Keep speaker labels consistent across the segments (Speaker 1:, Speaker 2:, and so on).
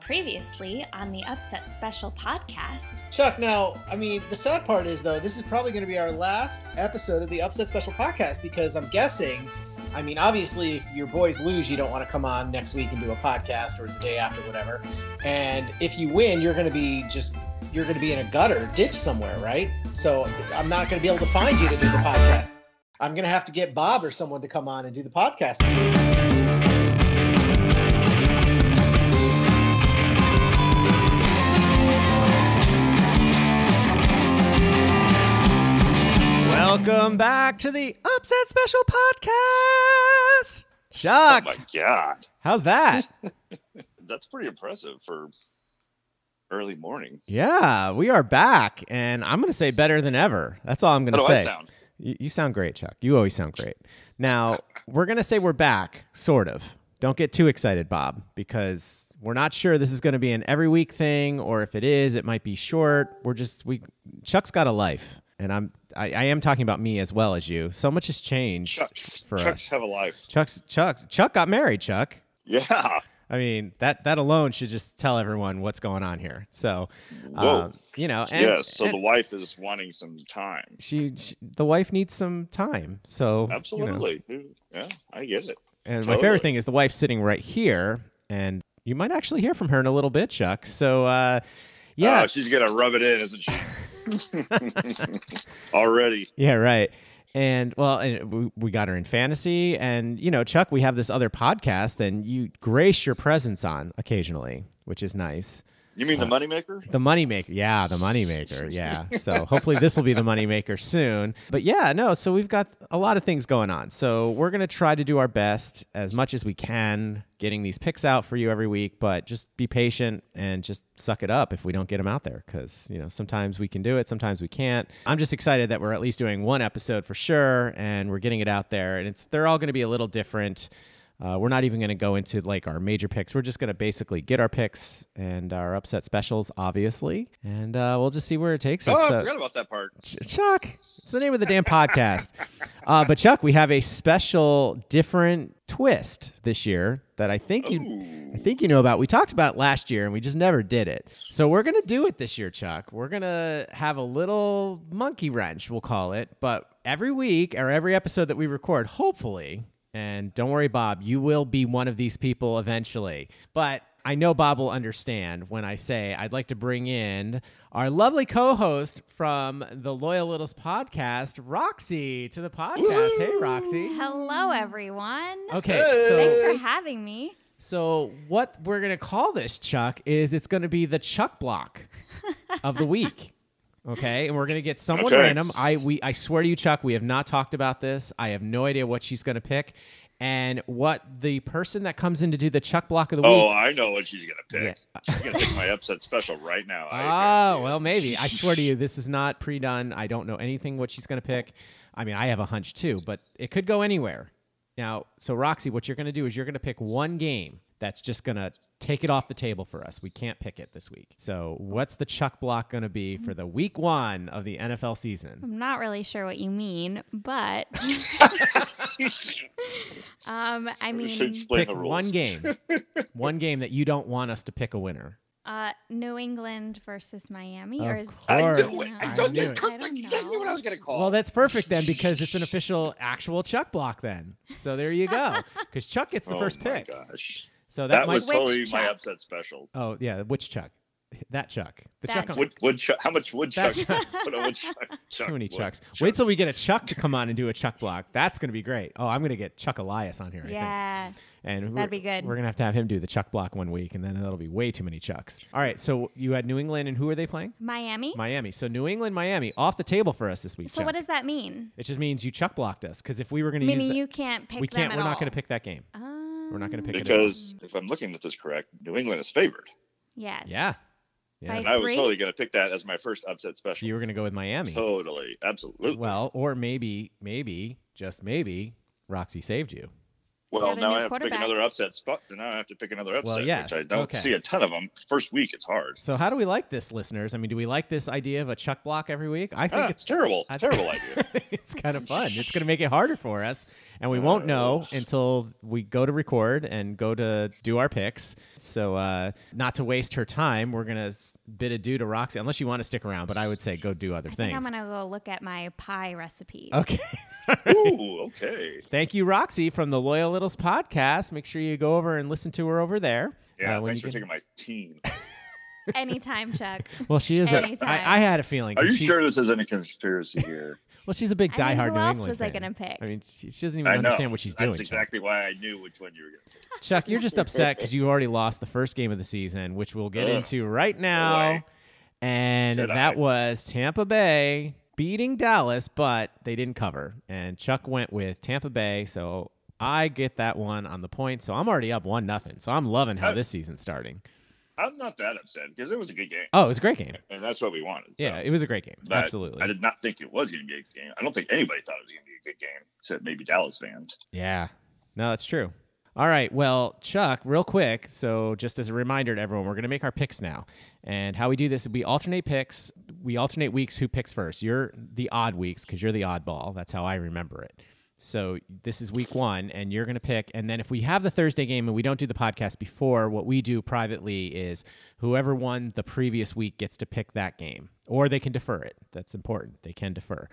Speaker 1: previously on the Upset Special podcast.
Speaker 2: Chuck, now, I mean, the sad part is, though, this is probably going to be our last episode of the Upset Special podcast because I'm guessing, I mean, obviously, if your boys lose, you don't want to come on next week and do a podcast or the day after, whatever. And if you win, you're going to be just, you're going to be in a gutter, ditch somewhere, right? So I'm not going to be able to find you to do the podcast. I'm going to have to get Bob or someone to come on and do the podcast.
Speaker 3: Welcome back to the Upset Special Podcast. Chuck,
Speaker 4: Oh my god,
Speaker 3: how's that?
Speaker 4: that's pretty impressive for early morning.
Speaker 3: yeah, we are back, and I'm going to say better than ever. That's all I'm going
Speaker 4: How
Speaker 3: to
Speaker 4: do
Speaker 3: say.
Speaker 4: I sound?
Speaker 3: You, you sound great, Chuck. You always sound great. Now, we're going to say we're back, sort of. Don't get too excited, Bob, because we're not sure this is going to be an every week thing, or if it is, it might be short. We're just, we, Chuck's got a life. And I'm, I, I am talking about me as well as you. So much has changed
Speaker 4: Chucks,
Speaker 3: for
Speaker 4: Chucks
Speaker 3: us.
Speaker 4: have a life.
Speaker 3: Chuck's Chuck's Chuck got married, Chuck.
Speaker 4: Yeah.
Speaker 3: I mean, that that alone should just tell everyone what's going on here. So,
Speaker 4: Whoa.
Speaker 3: um, you know, and,
Speaker 4: yes. So the
Speaker 3: and
Speaker 4: wife is wanting some time.
Speaker 3: she, she the wife needs some time. So, you know.
Speaker 4: Absolutely. Dude, Yeah, I get it.
Speaker 3: and my
Speaker 4: Totally.
Speaker 3: favorite thing is the wife's sitting right here and you might actually hear from her in a little bit, Chuck. So, uh yeah,
Speaker 4: Oh, she's gonna rub it in, isn't she? Already.
Speaker 3: Yeah, right. And well, and we, we got her in fantasy, and you know, Chuck, we have this other podcast, and you grace your presence on occasionally, which is nice.
Speaker 4: You mean the
Speaker 3: Uh,
Speaker 4: moneymaker?
Speaker 3: The moneymaker, yeah, the moneymaker, yeah. So hopefully this will be the moneymaker soon. But yeah, no. So we've got a lot of things going on. So we're gonna try to do our best as much as we can, getting these picks out for you every week. But just be patient and just suck it up if we don't get them out there, because you know sometimes we can do it, sometimes we can't. I'm just excited that we're at least doing one episode for sure, and we're getting it out there. And it's they're all gonna be a little different. Uh, we're not even going to go into like our major picks. We're just going to basically get our picks and our upset specials, obviously, and uh, we'll just see where it takes
Speaker 4: Oh,
Speaker 3: us.
Speaker 4: I
Speaker 3: So-
Speaker 4: forgot about that part.
Speaker 3: Ch- Chuck, it's the name of the damn podcast. Uh, but Chuck, we have a special, different twist this year that I think you, I
Speaker 4: Ooh.
Speaker 3: think you know about. We talked about it last year, and we just never did it. So we're gonna do it this year, Chuck. We're gonna have a little monkey wrench, we'll call it. But every week or every episode that we record, hopefully, and don't worry, Bob, you will be one of these people eventually. But I know Bob will understand when I say I'd like to bring in our lovely co-host from the Loyal Littles podcast, Roxy, to the podcast. Hey, Roxy.
Speaker 1: Hello, everyone.
Speaker 3: Okay,
Speaker 4: Hey.
Speaker 3: so
Speaker 1: Thanks for having me.
Speaker 3: so what we're gonna call this, Chuck, is it's gonna be the Chuck block of the week. Okay, and we're gonna get someone
Speaker 4: Okay.
Speaker 3: random. I we I swear to you, Chuck, we have not talked about this. I have no idea what she's gonna pick, and what the person that comes in to do the Chuck block of the
Speaker 4: Oh,
Speaker 3: week.
Speaker 4: I know what she's gonna pick. She's gonna pick my upset special right now. I
Speaker 3: Oh, well, maybe. I swear to you, this is not pre-done. I don't know anything what she's gonna pick. I mean, I have a hunch too, but it could go anywhere. Now, so Roxy, what you're gonna do is you're gonna pick one game that's just gonna take it off the table for us. We can't pick it this week. So, what's the Chuck block gonna be for the week one of the NFL season?
Speaker 1: I'm not really sure what you mean, but um, I
Speaker 4: We should
Speaker 1: mean,
Speaker 4: explain
Speaker 3: pick
Speaker 4: the rules.
Speaker 3: one game, one game that you don't want us to pick a winner.
Speaker 1: uh, New England versus Miami,
Speaker 3: Of
Speaker 1: or is
Speaker 3: course.
Speaker 4: I
Speaker 3: Or-
Speaker 4: knew it. I
Speaker 3: I
Speaker 4: don't
Speaker 3: knew
Speaker 4: think
Speaker 3: it.
Speaker 4: Kirk-
Speaker 1: I
Speaker 4: I
Speaker 1: don't
Speaker 4: knew what I
Speaker 1: know.
Speaker 4: was gonna call.
Speaker 3: Well, that's perfect then because it's an official actual Chuck block then. So there you go. Because Chuck gets the
Speaker 4: Oh
Speaker 3: first
Speaker 4: my
Speaker 3: pick.
Speaker 4: Gosh.
Speaker 3: So that,
Speaker 4: That,
Speaker 3: might
Speaker 4: was
Speaker 1: Which
Speaker 4: totally my
Speaker 1: Chuck?
Speaker 4: upset special.
Speaker 3: Oh yeah, which Chuck? That Chuck. The
Speaker 1: That
Speaker 3: Chuck.
Speaker 1: Chuck.
Speaker 3: On,
Speaker 4: Wood, wood chuck, how much wood chuck?
Speaker 3: That's-
Speaker 4: Put a wood chuck, chuck
Speaker 3: too many
Speaker 4: wood
Speaker 3: Chucks.
Speaker 4: chuck.
Speaker 3: Wait till we get a Chuck to come on and do a Chuck block. That's gonna be great. Oh, I'm gonna get Chuck Elias on here. I think.
Speaker 1: yeah,
Speaker 3: and
Speaker 1: that'd
Speaker 3: we're-
Speaker 1: be good.
Speaker 3: We're gonna have to have him do the Chuck block one week, and then that'll be way too many Chucks. All right. So you had New England, and who are they playing?
Speaker 1: Miami.
Speaker 3: Miami. So New England, Miami, off the table for us this week.
Speaker 1: so
Speaker 3: Chuck.
Speaker 1: what does that mean?
Speaker 3: It just means you Chuck blocked us because if we were gonna
Speaker 1: Meaning
Speaker 3: use that,
Speaker 1: you can't pick
Speaker 3: we can't.
Speaker 1: them
Speaker 3: We're
Speaker 1: at
Speaker 3: not
Speaker 1: all. Oh.
Speaker 3: gonna pick that game.
Speaker 1: We're
Speaker 3: not gonna pick it at all.
Speaker 4: Because if I'm looking at this correct, New England is favored.
Speaker 1: Yes.
Speaker 3: Yeah. Yeah.
Speaker 1: By
Speaker 4: And I was
Speaker 1: three?
Speaker 4: totally going to pick that as my first
Speaker 3: So
Speaker 4: upset special.
Speaker 3: you were gonna go with Miami.
Speaker 4: Totally. Absolutely. Well,
Speaker 3: Well, or maybe, maybe, just maybe, Roxy saved you.
Speaker 4: Well,
Speaker 1: have a
Speaker 4: now
Speaker 1: new
Speaker 4: I have to pick
Speaker 1: quarterback.
Speaker 4: another upset spot. Now I have to pick another upset,
Speaker 5: Well, yes,
Speaker 4: which I don't
Speaker 5: okay.
Speaker 4: see a ton of them. First week, it's hard.
Speaker 5: So how do we like this, listeners? I mean, do we like this idea of a chuck block every week? I think
Speaker 4: Ah,
Speaker 5: it's
Speaker 4: terrible,
Speaker 5: I-
Speaker 4: terrible idea.
Speaker 5: it's kind of fun. It's going to make it harder for us, and we won't know until we go to record and go to do our picks. So, uh, not to waste her time, we're going to bid adieu to Roxy, unless you want to stick around. But I would say go do other
Speaker 1: I
Speaker 5: things.
Speaker 1: think I'm gonna go look at my pie recipes.
Speaker 5: Okay.
Speaker 4: Ooh, okay.
Speaker 5: Thank you, Roxy, from the Loyal Littles podcast. Make sure you go over and listen to her over there.
Speaker 4: Yeah,
Speaker 5: Uh, when
Speaker 4: thanks
Speaker 5: you
Speaker 4: for
Speaker 5: get-
Speaker 4: taking my team.
Speaker 1: Anytime, Chuck.
Speaker 5: Well, she is. A, I,
Speaker 1: Anytime.
Speaker 5: I had a feeling.
Speaker 4: Are
Speaker 5: 'cause
Speaker 4: you
Speaker 5: she's-
Speaker 4: sure this isn't a conspiracy here?
Speaker 5: Well, she's a big
Speaker 1: I mean,
Speaker 5: diehard
Speaker 1: who
Speaker 5: New
Speaker 1: else
Speaker 5: England
Speaker 1: was I
Speaker 5: fan.
Speaker 1: gonna pick?
Speaker 5: I mean, she, she doesn't
Speaker 4: I
Speaker 5: even
Speaker 4: know.
Speaker 5: understand what she's
Speaker 4: That's
Speaker 5: doing. Chuck.
Speaker 4: exactly why I knew which one you were going to pick.
Speaker 5: Chuck, you're just upset because you already lost the first game of the season, which we'll get
Speaker 4: Ugh.
Speaker 5: into right now.
Speaker 4: way.
Speaker 5: And
Speaker 4: Should
Speaker 5: that
Speaker 4: I?
Speaker 5: was Tampa Bay beating Dallas, but they didn't cover. And Chuck went with Tampa Bay, so I get that one on the point. So I'm already up one nothing. So I'm loving how
Speaker 4: Oh.
Speaker 5: this season's starting.
Speaker 4: I'm not that upset because it was a good game,
Speaker 5: Oh, it was a great game.
Speaker 4: and that's what we wanted. so.
Speaker 5: Yeah, it was a great game.
Speaker 4: But
Speaker 5: Absolutely.
Speaker 4: I did not think it was going to be a good game. I don't think anybody thought it was going to be a good game, except maybe Dallas fans.
Speaker 5: Yeah. No, that's true. All right. Well, Chuck, real quick. So, just as a reminder to everyone, we're going to make our picks now. And how we do this is we alternate picks. We alternate weeks who picks first. You're the odd weeks because you're the oddball. That's how I remember it. So, this is week one, and you're going to pick. And then, if we have the Thursday game and we don't do the podcast before, what we do privately is whoever won the previous week gets to pick that game, or they can defer it. That's important. They can defer.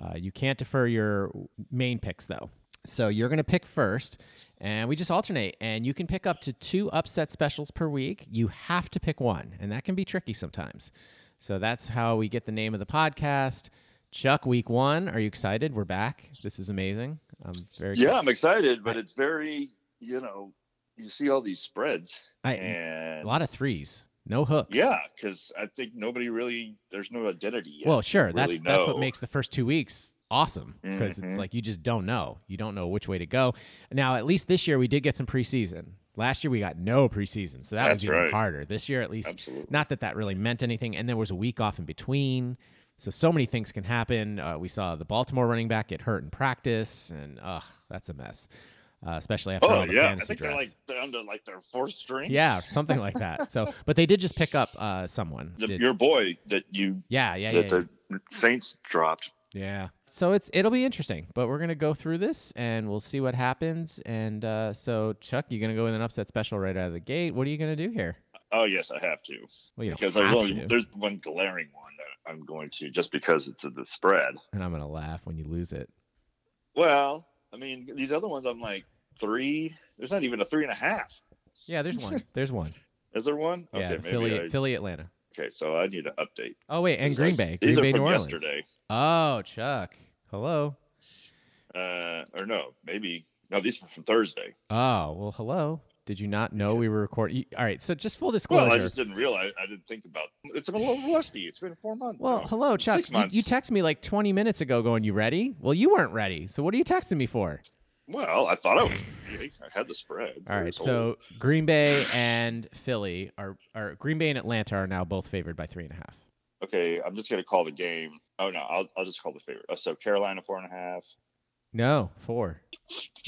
Speaker 5: Uh, you can't defer your main picks, though. So you're going to pick first, and we just alternate. And you can pick up to two upset specials per week. You have to pick one, and that can be tricky sometimes. So that's how we get the name of the podcast. Chuck, week one. Are you excited? We're back. This is amazing. I'm very
Speaker 4: Yeah,
Speaker 5: excited.
Speaker 4: I'm excited, but it's very, you know, you see all these spreads,
Speaker 5: I, a
Speaker 4: and
Speaker 5: lot of threes, no hooks.
Speaker 4: yeah, because I think nobody really, there's no identity yet.
Speaker 5: Well, sure.
Speaker 4: really
Speaker 5: that's that's what
Speaker 4: know.
Speaker 5: makes the first two weeks awesome because it's
Speaker 4: Mhm.
Speaker 5: like you just don't know. You don't know which way to go. Now, at least this year we did get some preseason. Last year we got no preseason, so that was
Speaker 4: That's
Speaker 5: even
Speaker 4: right.
Speaker 5: harder. This year, at least,
Speaker 4: Absolutely.
Speaker 5: not that that really meant anything. And there was a week off in between, so so many things can happen. Uh, we saw the Baltimore running back get hurt in practice, and ugh, that's a mess. Uh, especially after
Speaker 4: Oh
Speaker 5: all the
Speaker 4: yeah, I
Speaker 5: fantasy
Speaker 4: think they're
Speaker 5: drafts.
Speaker 4: like down to like their fourth string.
Speaker 5: yeah, something like that. So, but they did just pick up uh, someone.
Speaker 4: The-
Speaker 5: Did-
Speaker 4: your boy that you
Speaker 5: yeah, yeah, yeah.
Speaker 4: that
Speaker 5: yeah.
Speaker 4: the Saints dropped.
Speaker 5: Yeah. So it's it'll be interesting, but we're gonna go through this and we'll see what happens. And uh, so Chuck, you're gonna go with an upset special right out of the gate. What are you gonna do here?
Speaker 4: Oh yes, I have to
Speaker 5: Well, you don't
Speaker 4: because there's
Speaker 5: have
Speaker 4: only
Speaker 5: to.
Speaker 4: there's one glaring one that I'm going to just because it's in the spread.
Speaker 5: and I'm gonna laugh when you lose it.
Speaker 4: Well, I mean these other ones I'm like three. There's not even a three and a half.
Speaker 5: Yeah, there's one. There's one.
Speaker 4: Is there one?
Speaker 5: yeah,
Speaker 4: maybe
Speaker 5: Philly,
Speaker 4: I-
Speaker 5: Philly, Atlanta.
Speaker 4: okay, so I need to update.
Speaker 5: Oh wait, and
Speaker 4: These
Speaker 5: Green
Speaker 4: are-
Speaker 5: Bay,
Speaker 4: These
Speaker 5: Green
Speaker 4: are
Speaker 5: Bay,
Speaker 4: from
Speaker 5: New Orleans.
Speaker 4: yesterday.
Speaker 5: Oh, Chuck. Hello.
Speaker 4: Uh, or no, maybe no. These are from Thursday.
Speaker 5: Oh well, hello. Did you not know we were recording? All right. So just full disclosure.
Speaker 4: Well, I just didn't realize. I didn't think about. It's been a little rusty. It's been four months.
Speaker 5: Well,
Speaker 4: now.
Speaker 5: hello, Chuck.
Speaker 4: Six
Speaker 5: You,
Speaker 4: months.
Speaker 5: you texted me like 20 minutes ago going, You ready? Well, you weren't ready. So what are you texting me for?
Speaker 4: Well, I thought I was. I had the spread.
Speaker 5: All
Speaker 4: It
Speaker 5: right,
Speaker 4: was
Speaker 5: so
Speaker 4: old.
Speaker 5: Green Bay and Philly are, are Green Bay and Atlanta are now both favored by three and a half.
Speaker 4: okay, I'm just gonna call the game. Oh no, I'll I'll just call the favorite. Uh, So Carolina four and a half.
Speaker 5: No, four.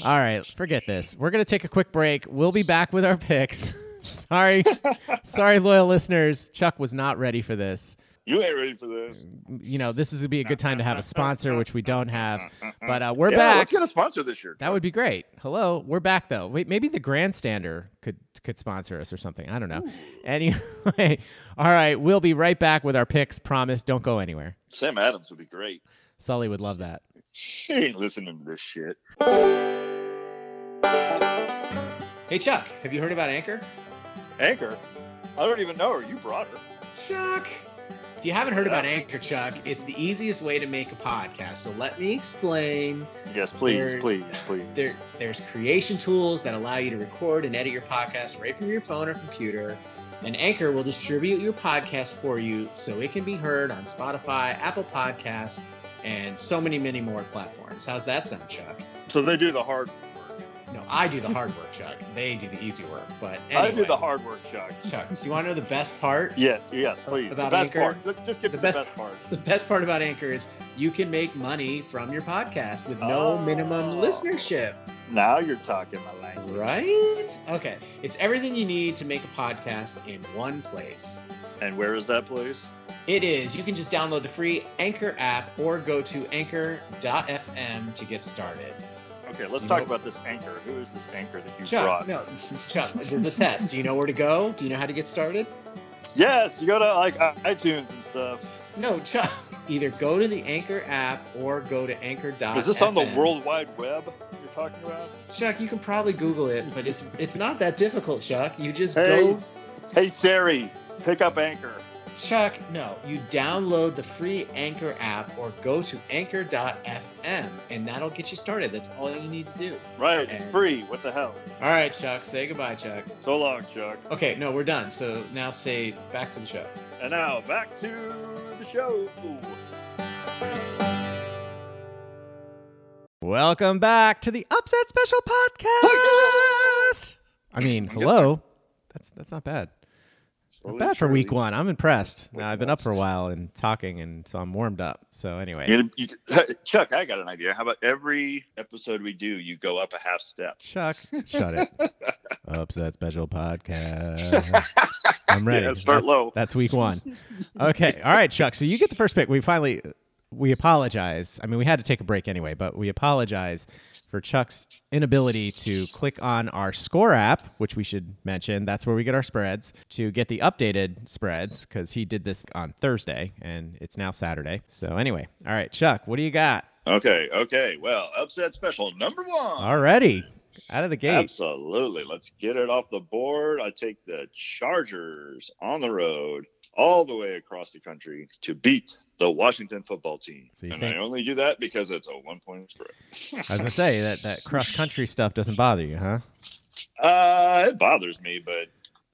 Speaker 5: All right, forget this. We're gonna take a quick break. We'll be back with our picks. sorry, sorry, loyal listeners. Chuck was not ready for this.
Speaker 4: You ain't ready for this.
Speaker 5: You know, this is would be a good time to have a sponsor, which we don't have. But uh, we're
Speaker 4: Mm, yeah,
Speaker 5: back.
Speaker 4: Let's get a sponsor this year.
Speaker 5: That would be great. Hello, we're back though. Wait, maybe the grandstander could could sponsor us or something. I don't know. Anyway, all right, we'll be right back with our picks. Promise, don't go anywhere.
Speaker 4: Sam Adams would be great.
Speaker 5: Sully would love that.
Speaker 4: She ain't listening to this shit.
Speaker 3: Hey Chuck, have you heard about Anchor?
Speaker 4: Anchor. I don't even know her. You brought her.
Speaker 3: Chuck. If you haven't heard about Anchor, Chuck, it's the easiest way to make a podcast. So let me explain.
Speaker 4: Yes, please,
Speaker 3: There-
Speaker 4: please, please.
Speaker 3: There, there's creation tools that allow you to record and edit your podcast right from your phone or computer. And Anchor will distribute your podcast for you so it can be heard on Spotify, Apple Podcasts, and so many, many more platforms. How's that sound, Chuck?
Speaker 4: So they do the hard work.
Speaker 3: No, I do the hard work, Chuck. They do the easy work. But
Speaker 4: I do
Speaker 3: anyway,
Speaker 4: the hard work, Chuck.
Speaker 3: Chuck, do you want to know the best part?
Speaker 4: Yeah, yes, please.
Speaker 3: Without
Speaker 4: the best
Speaker 3: Anchor?
Speaker 4: part. Let- Just get
Speaker 3: The
Speaker 4: to
Speaker 3: best-
Speaker 4: the best part.
Speaker 3: The best part about Anchor is you can make money from your podcast with no
Speaker 4: Oh.
Speaker 3: minimum listenership.
Speaker 4: Now you're talking my language.
Speaker 3: Right? Okay. It's everything you need to make a podcast in one place.
Speaker 4: And where is that place?
Speaker 3: It is. You can just download the free Anchor app or go to anchor.fm to get started.
Speaker 4: Okay, let's
Speaker 3: You
Speaker 4: talk
Speaker 3: know-
Speaker 4: about this anchor. Who is this anchor that you
Speaker 3: Chuck,
Speaker 4: brought?
Speaker 3: no, Chuck, there's a test. Do you know where to go? Do you know how to get started?
Speaker 4: Yes, you go to like i- iTunes and stuff.
Speaker 3: No, Chuck. Either go to the Anchor app or go to anchor.fm.
Speaker 4: Is this on the World Wide Web you're talking about?
Speaker 3: Chuck, you can probably Google it, but it's it's not that difficult, Chuck. You just
Speaker 4: Hey.
Speaker 3: go
Speaker 4: Hey Siri, pick up Anchor.
Speaker 3: Chuck, no, you download the free Anchor app or go to anchor.fm and that'll get you started. That's all you need to do.
Speaker 4: Right, it's
Speaker 3: And-
Speaker 4: free. What the hell?
Speaker 3: All right, Chuck, say goodbye, Chuck.
Speaker 4: So long, Chuck.
Speaker 3: Okay, no, we're done. So now say back to the show.
Speaker 4: And now back to the show.
Speaker 5: Welcome back to the Upset Special Podcast. I mean, hello. That's that's not bad. Not bad for week one. I'm impressed. Now, I've been up for a while and talking, and so I'm warmed up. So anyway,
Speaker 4: You- you- Chuck, I got an idea. How about every episode we do, you go up a half step?
Speaker 5: Chuck, shut it. Upset Special Podcast. I'm ready.
Speaker 4: Yeah, start low.
Speaker 5: That's week one. Okay. All right, Chuck. So you get the first pick. We finally we apologize. I mean, we had to take a break anyway, but we apologize for Chuck's inability to click on our score app, which we should mention. That's where we get our spreads to get the updated spreads because he did this on Thursday and it's now Saturday. So anyway, all right, Chuck, what do you got
Speaker 4: Okay, okay. Well, upset special number one.
Speaker 5: already out of the gate?
Speaker 4: Absolutely. Let's get it off the board. I take the Chargers on the road all the way across the country to beat the Washington football team.
Speaker 5: So you
Speaker 4: and
Speaker 5: think-
Speaker 4: I only do that because it's a one point spread.
Speaker 5: I was gonna say that that cross country stuff doesn't bother you, huh?
Speaker 4: Uh, it bothers me, but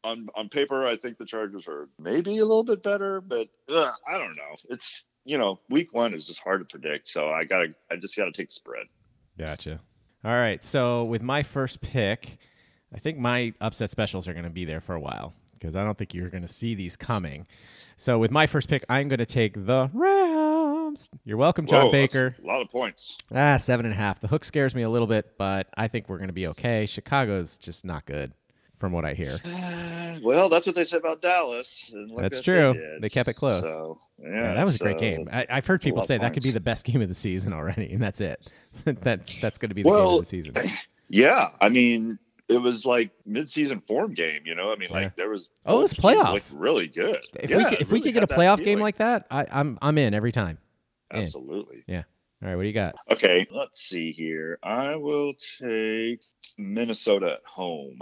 Speaker 4: on on paper, I think the Chargers are maybe a little bit better. But ugh, I don't know. It's you know, week one is just hard to predict. So I gotta, I just gotta take the spread.
Speaker 5: Gotcha. All right. So with my first pick, I think my upset specials are going to be there for a while because I don't think you're going to see these coming. So with my first pick, I'm going to take the Rams. You're welcome, John
Speaker 4: Whoa, that's
Speaker 5: Baker.
Speaker 4: a lot of points.
Speaker 5: Ah, seven and a half. The hook scares me a little bit, but I think we're going to be okay. Chicago's just not good, from what I hear.
Speaker 4: Uh, well, that's what they said about Dallas. And look
Speaker 5: That's
Speaker 4: what
Speaker 5: true.
Speaker 4: did.
Speaker 5: They kept it close.
Speaker 4: So, yeah,
Speaker 5: Yeah, that was a great
Speaker 4: so-
Speaker 5: game. I, I've heard people
Speaker 4: lot of
Speaker 5: say that could be
Speaker 4: points.
Speaker 5: the best game of the season already, and that's it. that's that's going to be the game
Speaker 4: Well,
Speaker 5: of the season.
Speaker 4: Yeah, I mean, it was like midseason form game. You know, I mean, like
Speaker 5: Yeah.
Speaker 4: there was
Speaker 5: Oh, it was
Speaker 4: both teams
Speaker 5: playoff.
Speaker 4: looked really good.
Speaker 5: If
Speaker 4: Yeah,
Speaker 5: we could,
Speaker 4: it
Speaker 5: if we
Speaker 4: really
Speaker 5: could get a
Speaker 4: had that
Speaker 5: playoff game
Speaker 4: feeling.
Speaker 5: like that, I, I'm I'm in every time. in.
Speaker 4: absolutely.
Speaker 5: All right, what do you got?
Speaker 4: Okay, let's see here. I will take Minnesota at home,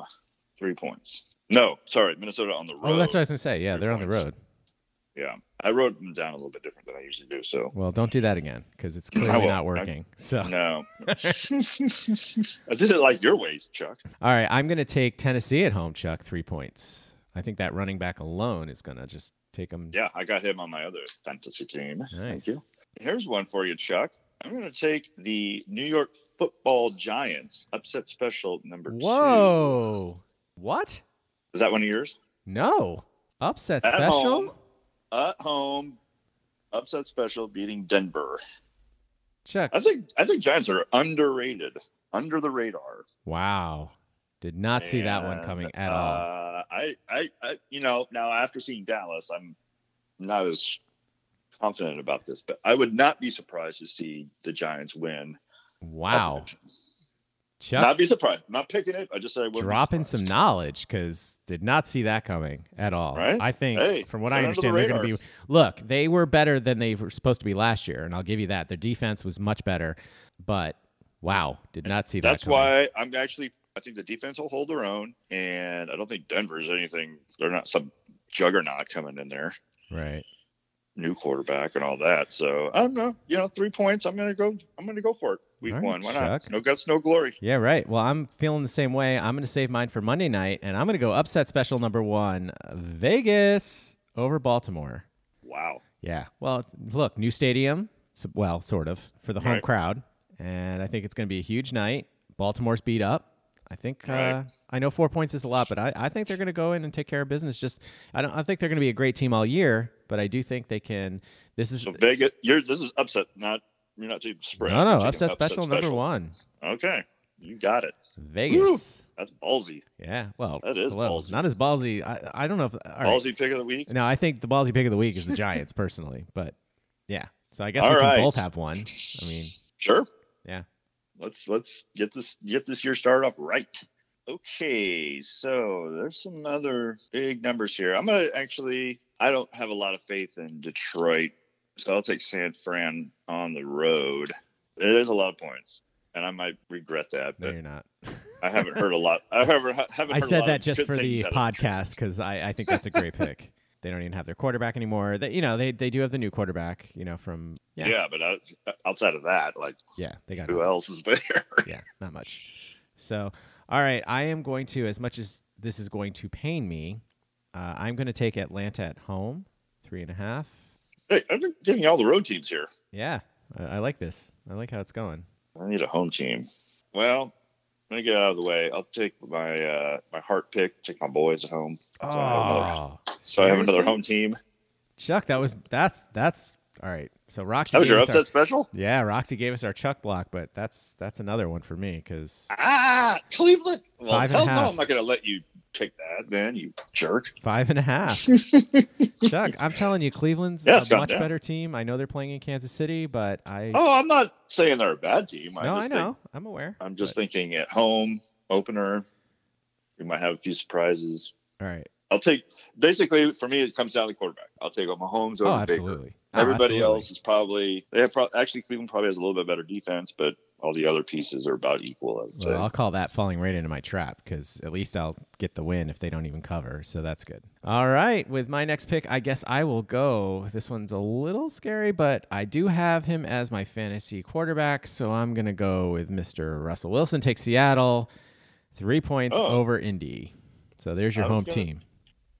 Speaker 4: three points. No, sorry, Minnesota on the road.
Speaker 5: Oh, that's what I was gonna say. Yeah,
Speaker 4: Three
Speaker 5: they're on the
Speaker 4: points.
Speaker 5: road.
Speaker 4: Yeah, I wrote them down a little bit different than I usually do. So
Speaker 5: Well, don't do that again because it's
Speaker 4: I
Speaker 5: clearly
Speaker 4: won't.
Speaker 5: not
Speaker 4: I-
Speaker 5: working. So,
Speaker 4: no, I did it like your ways, Chuck.
Speaker 5: all right, I'm gonna take Tennessee at home, Chuck. Three points. I think that running back alone is gonna just take them.
Speaker 4: Yeah, I got him on my other fantasy team.
Speaker 5: Nice.
Speaker 4: Thank you. Here's one for you, Chuck. I'm going to take the New York Football Giants upset special number two.
Speaker 5: Whoa! What?
Speaker 4: Is that one of yours?
Speaker 5: No upset
Speaker 4: At
Speaker 5: special.
Speaker 4: home. At home, upset special beating Denver.
Speaker 5: Chuck.
Speaker 4: I think I think Giants are underrated, under the radar.
Speaker 5: Wow. Did not see that one
Speaker 4: And,
Speaker 5: coming at
Speaker 4: uh,
Speaker 5: all.
Speaker 4: I, I, I, you know, now after seeing Dallas, I'm not as confident about this, but I would not be surprised to see the Giants win.
Speaker 5: Wow. Chuck.
Speaker 4: Not be surprised. I'm not picking it. I just said I wouldn't be
Speaker 5: dropping some
Speaker 4: surprised.
Speaker 5: knowledge because did not see that coming at all.
Speaker 4: Right?
Speaker 5: I think,
Speaker 4: Hey,
Speaker 5: from what
Speaker 4: they're
Speaker 5: I
Speaker 4: under the
Speaker 5: understand, they're going to
Speaker 4: radar.
Speaker 5: be. Look, they were better than they were supposed to be last year, and I'll give you that. Their defense was much better, but wow, did not see
Speaker 4: That's
Speaker 5: that. coming.
Speaker 4: why I'm actually. I think the defense will hold their own, and I don't think Denver's anything. They're not some juggernaut coming in there.
Speaker 5: Right.
Speaker 4: new quarterback and all that. So I don't know. You know, three points. I'm gonna go. I'm gonna go for it. Week
Speaker 5: All right,
Speaker 4: one. Why not?
Speaker 5: Chuck.
Speaker 4: No guts, no glory.
Speaker 5: Yeah, right. Well, I'm feeling the same way. I'm going to save mine for Monday night, and I'm going to go upset special number one Vegas over Baltimore.
Speaker 4: Wow.
Speaker 5: Yeah. Well, it's- look, new stadium. So, well, sort of for the home
Speaker 4: Right.
Speaker 5: crowd, and I think it's going to be a huge night. Baltimore's beat up. I think. Uh,
Speaker 4: Right.
Speaker 5: I know four points is a lot, but I, I think they're going to go in and take care of business. Just I don't. I think they're going to be a great team all year, but I do think they can. This is
Speaker 4: So Vegas, you're this is upset. Not you're not too spread.
Speaker 5: no, no
Speaker 4: You're taking
Speaker 5: upset special, number one.
Speaker 4: Okay. You got it.
Speaker 5: Vegas.
Speaker 4: That's ballsy.
Speaker 5: Yeah. Well,
Speaker 4: That is
Speaker 5: hello.
Speaker 4: ballsy.
Speaker 5: Not as ballsy. I, I don't know if. All right.
Speaker 4: ballsy pick of the week.
Speaker 5: No, I think the ballsy pick of the week is the Giants, personally. But yeah. So I guess
Speaker 4: All
Speaker 5: we
Speaker 4: right.
Speaker 5: can both have one. I mean,
Speaker 4: Sure.
Speaker 5: Yeah.
Speaker 4: Let's let's get this get this year started off right. Okay, so there's some other big numbers here. I'm gonna actually I don't have a lot of faith in Detroit, so I'll take San Fran on the road. It is a lot of points. And I might regret that,
Speaker 5: no,
Speaker 4: but
Speaker 5: you're not.
Speaker 4: I haven't heard a lot. I haven't, haven't heard a
Speaker 5: I
Speaker 4: lot
Speaker 5: said
Speaker 4: of
Speaker 5: that just
Speaker 4: good
Speaker 5: for
Speaker 4: things
Speaker 5: the
Speaker 4: out of
Speaker 5: podcast because I, I think that's a great pick. They don't even have their quarterback anymore. They, you know, they, they do have the new quarterback, you know, from. Yeah.
Speaker 4: Yeah, but I, outside of that, like
Speaker 5: yeah, they got
Speaker 4: who else is there?
Speaker 5: yeah, not much. So, all right, I am going to, as much as this is going to pain me, uh, I'm going to take Atlanta at home, three and a half.
Speaker 4: hey, I'm giving you all the road teams here.
Speaker 5: Yeah, I, I like this. I like how it's going.
Speaker 4: I need a home team. Well, let me get out of the way. I'll take my uh, my heart pick. Take my boys at home, So I have another- so I have another
Speaker 5: seriously?
Speaker 4: home team.
Speaker 5: Chuck, that was that's that's all right. So Roxy,
Speaker 4: That was
Speaker 5: gave
Speaker 4: your
Speaker 5: us our-
Speaker 4: upset special.
Speaker 5: yeah, Roxy gave us our Chuck block, but that's that's another one for me because
Speaker 4: Ah, Cleveland. Well,
Speaker 5: Five and a
Speaker 4: hell
Speaker 5: half.
Speaker 4: no, I'm not going to let you pick that. Then you jerk.
Speaker 5: Five and a half. Chuck, I'm telling you, Cleveland's
Speaker 4: Yeah, it's
Speaker 5: a
Speaker 4: gone
Speaker 5: much
Speaker 4: down.
Speaker 5: better team. I know they're playing in Kansas City, but I
Speaker 4: Oh, I'm not saying they're a bad team. I
Speaker 5: no,
Speaker 4: just
Speaker 5: I know,
Speaker 4: Think,
Speaker 5: I'm aware.
Speaker 4: I'm just
Speaker 5: but-
Speaker 4: thinking at home opener. We might have a few surprises.
Speaker 5: all right.
Speaker 4: I'll take basically for me it comes down to the quarterback. I'll take Mahomes over
Speaker 5: Oh,
Speaker 4: Baker.
Speaker 5: absolutely. Oh,
Speaker 4: Everybody
Speaker 5: absolutely.
Speaker 4: else is probably they have pro- actually Cleveland probably has a little bit better defense, but all the other pieces are about equal. I would say.
Speaker 5: Well, I'll call that falling right into my trap because at least I'll get the win if they don't even cover. So that's good. All right. With my next pick, I guess I will go. This one's a little scary, but I do have him as my fantasy quarterback. So I'm going to go with Mr. Russell Wilson. Take Seattle, three points
Speaker 4: Oh.
Speaker 5: over Indy. So there's your
Speaker 4: I was
Speaker 5: home
Speaker 4: gonna-
Speaker 5: team.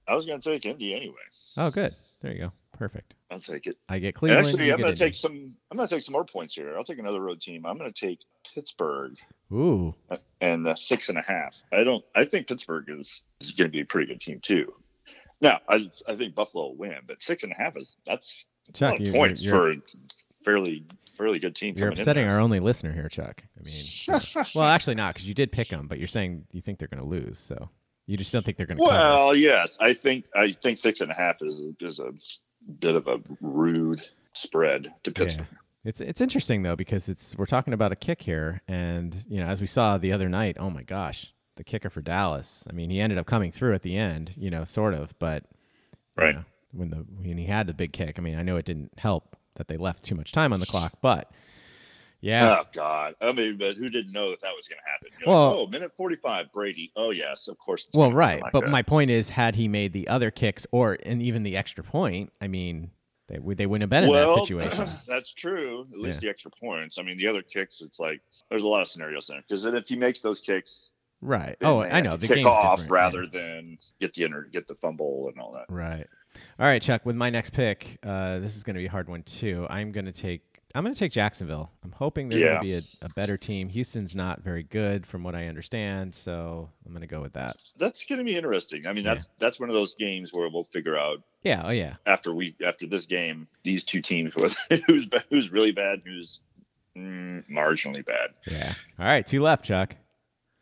Speaker 4: I was going to take Indy anyway.
Speaker 5: Oh, good. There you go. Perfect.
Speaker 4: I'll take it.
Speaker 5: I get
Speaker 4: And
Speaker 5: Cleveland.
Speaker 4: actually,
Speaker 5: you
Speaker 4: I'm
Speaker 5: get
Speaker 4: going to
Speaker 5: Indy.
Speaker 4: take some. I'm going to take some more points here. I'll take another road team. I'm going to take Pittsburgh
Speaker 5: Ooh.
Speaker 4: and uh, six and a half. I don't. I think Pittsburgh is, is going to be a pretty good team too. Now, I I think Buffalo will win, but six and a half is that's a lot
Speaker 5: Chuck,
Speaker 4: of
Speaker 5: you,
Speaker 4: points
Speaker 5: you're,
Speaker 4: for a fairly fairly good team.
Speaker 5: You're
Speaker 4: coming in
Speaker 5: upsetting
Speaker 4: there.
Speaker 5: our only listener here, Chuck. I mean, you know. well, actually not because you did pick them, but you're saying you think they're going to lose, so you just don't think they're going to.
Speaker 4: Well, yes, I think I think six and a half is is a bit of a rude spread to
Speaker 5: cover.
Speaker 4: Pittsburgh.
Speaker 5: Yeah. it's it's interesting though because it's we're talking about a kick here, and you know as we saw the other night, oh my gosh, the kicker for Dallas. I mean, he ended up coming through at the end, you know, sort of, but you
Speaker 4: Right.
Speaker 5: know, when the when he had the big kick, I mean, I know it didn't help that they left too much time on the clock, but yeah,
Speaker 4: Oh God! I mean, but who didn't know that that was going to happen? You're
Speaker 5: Well-
Speaker 4: like, oh, minute forty-five, Brady. Oh yes, of course. it's
Speaker 5: Well,
Speaker 4: gonna
Speaker 5: right,
Speaker 4: happen like uh,
Speaker 5: but
Speaker 4: that.
Speaker 5: my point is, had he made the other kicks or and even the extra point, I mean, they would they wouldn't have been in that situation.
Speaker 4: that's true. At least the extra points. I mean, the other kicks, it's like there's a lot of scenarios in it because then if he makes those kicks,
Speaker 5: right?
Speaker 4: then
Speaker 5: Oh,
Speaker 4: they
Speaker 5: I
Speaker 4: have
Speaker 5: know
Speaker 4: to
Speaker 5: the
Speaker 4: kick
Speaker 5: game's
Speaker 4: off
Speaker 5: different,
Speaker 4: rather
Speaker 5: yeah.
Speaker 4: than get the inner, get the fumble and all that.
Speaker 5: right. All right, Chuck. With my next pick, uh, this is going to be a hard one too. I'm going to take. I'm going to take Jacksonville. I'm hoping they're
Speaker 4: Yeah.
Speaker 5: going to be a, a better team. Houston's not very good, from what I understand, so I'm going to go with that.
Speaker 4: That's going to be interesting. I mean,
Speaker 5: Yeah.
Speaker 4: that's that's one of those games where we'll figure out
Speaker 5: Yeah. Oh, yeah.
Speaker 4: after we after this game, these two teams whether who's ba- who's really bad, who's mm, marginally bad.
Speaker 5: Yeah. All right. Two left, Chuck.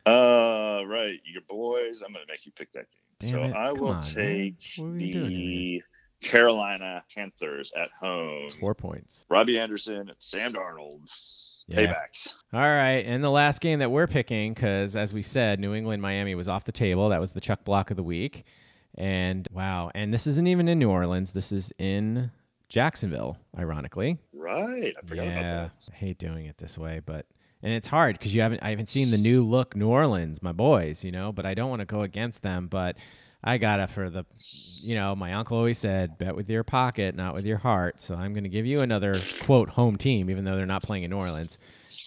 Speaker 4: Uh, right, your boys. I'm gonna make you pick that game.
Speaker 5: Damn
Speaker 4: so
Speaker 5: it,
Speaker 4: I
Speaker 5: come
Speaker 4: will
Speaker 5: on, man.
Speaker 4: take
Speaker 5: What are you doing over
Speaker 4: the Carolina Panthers at home.
Speaker 5: Four points.
Speaker 4: Robbie Anderson, Sam Darnold,
Speaker 5: Yeah.
Speaker 4: paybacks.
Speaker 5: All right, and the last game that we're picking, because as we said, New England Miami was off the table. That was the Chuck block of the week, and wow, and this isn't even in New Orleans. This is in Jacksonville, ironically.
Speaker 4: Right, I forgot
Speaker 5: yeah,
Speaker 4: about
Speaker 5: I hate doing it this way, but and it's hard because you haven't. I haven't seen the new look New Orleans, my boys. You know, but I don't want to go against them. But I gotta for the, you know, my uncle always said, bet with your pocket, not with your heart. So I'm gonna give you another quote home team, even though they're not playing in New Orleans,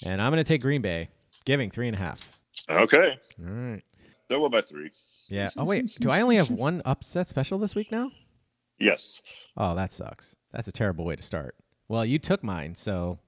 Speaker 5: and I'm gonna take Green Bay, giving three and a half.
Speaker 4: that. Okay,
Speaker 5: All right.
Speaker 4: they're one by three.
Speaker 5: Yeah. Oh wait, do I only have one upset special this week now?
Speaker 4: Yes.
Speaker 5: Oh, that sucks. That's a terrible way to start. Well, you took mine, so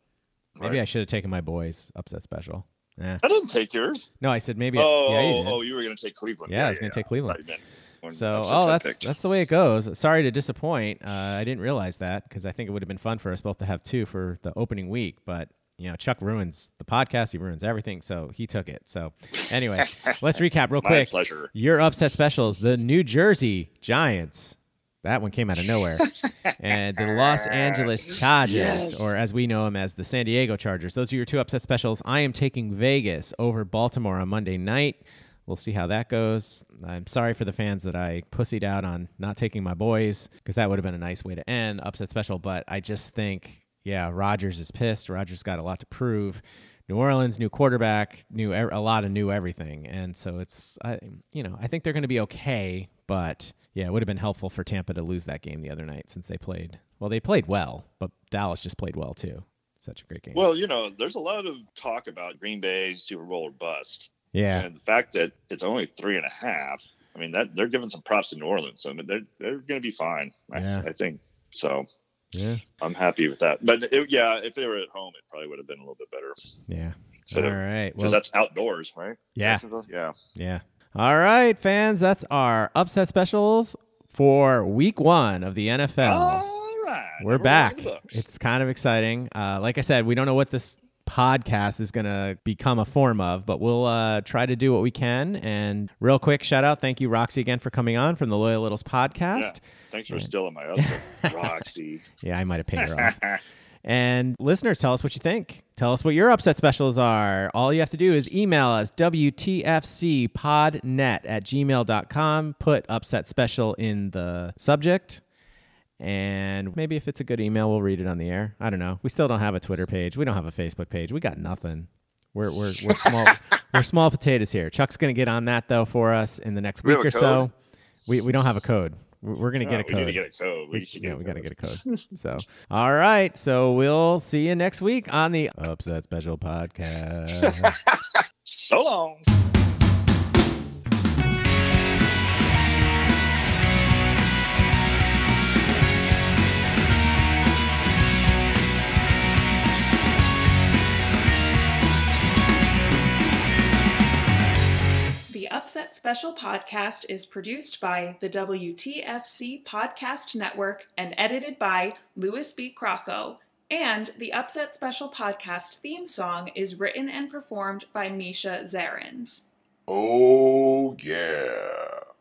Speaker 5: maybe
Speaker 4: Right.
Speaker 5: I should have taken my boys upset special. Eh.
Speaker 4: I didn't take yours.
Speaker 5: No, I said maybe.
Speaker 4: oh,
Speaker 5: yeah, you
Speaker 4: oh,
Speaker 5: did.
Speaker 4: oh, you were gonna take Cleveland.
Speaker 5: yeah, I was gonna take
Speaker 4: I thought
Speaker 5: Cleveland.
Speaker 4: you meant when
Speaker 5: So,
Speaker 4: upsets
Speaker 5: oh,
Speaker 4: I
Speaker 5: that's
Speaker 4: picked.
Speaker 5: that's the way it goes. Sorry to disappoint. Uh, I didn't realize that because I think it would have been fun for us both to have two for the opening week, but you know, Chuck ruins the podcast. He ruins everything. So he took it. So anyway, let's recap real
Speaker 4: My
Speaker 5: quick.
Speaker 4: pleasure.
Speaker 5: Your upset specials, the New Jersey Giants. That one came out of nowhere. and the Los Angeles Chargers,
Speaker 4: Yes.
Speaker 5: or as we know them as the San Diego Chargers. Those are your two upset specials. I am taking Vegas over Baltimore on Monday night. We'll see how that goes. I'm sorry for the fans that I pussied out on not taking my boys because that would have been a nice way to end upset special. But I just think, yeah, Rodgers is pissed. Rodgers got a lot to prove. New Orleans, new quarterback, new e, a lot of new everything, and so it's I, you know I think they're going to be okay, but yeah, it would have been helpful for Tampa to lose that game the other night since they played well. They played well, but Dallas just played well too. Such a great game.
Speaker 4: Well, you know, there's a lot of talk about Green Bay's Super Bowl or bust.
Speaker 5: yeah,
Speaker 4: And the fact that it's only three and a half, I mean, that they're giving some props to New Orleans. So I mean, they're, they're going to be fine,
Speaker 5: Yeah.
Speaker 4: I, I think. So
Speaker 5: yeah,
Speaker 4: I'm happy with that. But it, yeah, if they were at home, it probably would have been a little bit better.
Speaker 5: yeah.
Speaker 4: So,
Speaker 5: All
Speaker 4: because
Speaker 5: right. Well,
Speaker 4: that's outdoors, right?
Speaker 5: Yeah.
Speaker 4: Jacksonville? Yeah.
Speaker 5: Yeah. All right, fans. That's our upset specials for week one of the NFL.
Speaker 4: All right.
Speaker 5: Oh. We're
Speaker 4: Number one in
Speaker 5: back.
Speaker 4: the books.
Speaker 5: It's kind of exciting. Uh, like I said, we don't know what this podcast is going to become a form of, but we'll uh, try to do what we can. And real quick shout out. Thank you, Roxy, again for coming on from the Loyal Littles podcast.
Speaker 4: Thanks for stealing my upset, Roxy.
Speaker 5: Yeah, I might have paid her off. And listeners, tell us what you think. Tell us what your upset specials are. All you have to do is email us, WTFCpodnet at gmail.com. Put upset special in the subject. And maybe if it's a good email, we'll read it on the air. I don't know. We still don't have a Twitter page. We don't have a Facebook page. We got nothing. We're, we're, we're small we're small potatoes here. Chuck's gonna get on that though for us in the next
Speaker 4: We have
Speaker 5: week
Speaker 4: a
Speaker 5: or so.
Speaker 4: code?
Speaker 5: We, we don't have a code. We're, we're gonna
Speaker 4: No,
Speaker 5: get a
Speaker 4: we
Speaker 5: code
Speaker 4: need to get a code. We, should get
Speaker 5: yeah,
Speaker 4: a
Speaker 5: we
Speaker 4: code.
Speaker 5: gotta get a code. so, all right. So we'll see you next week on the Upset Special Podcast.
Speaker 4: So long.
Speaker 1: The Upset Special Podcast is produced by the WTFC Podcast Network and edited by Louis B. Crocco. And the Upset Special Podcast theme song is written and performed by Misha Zarins.
Speaker 6: Oh, yeah.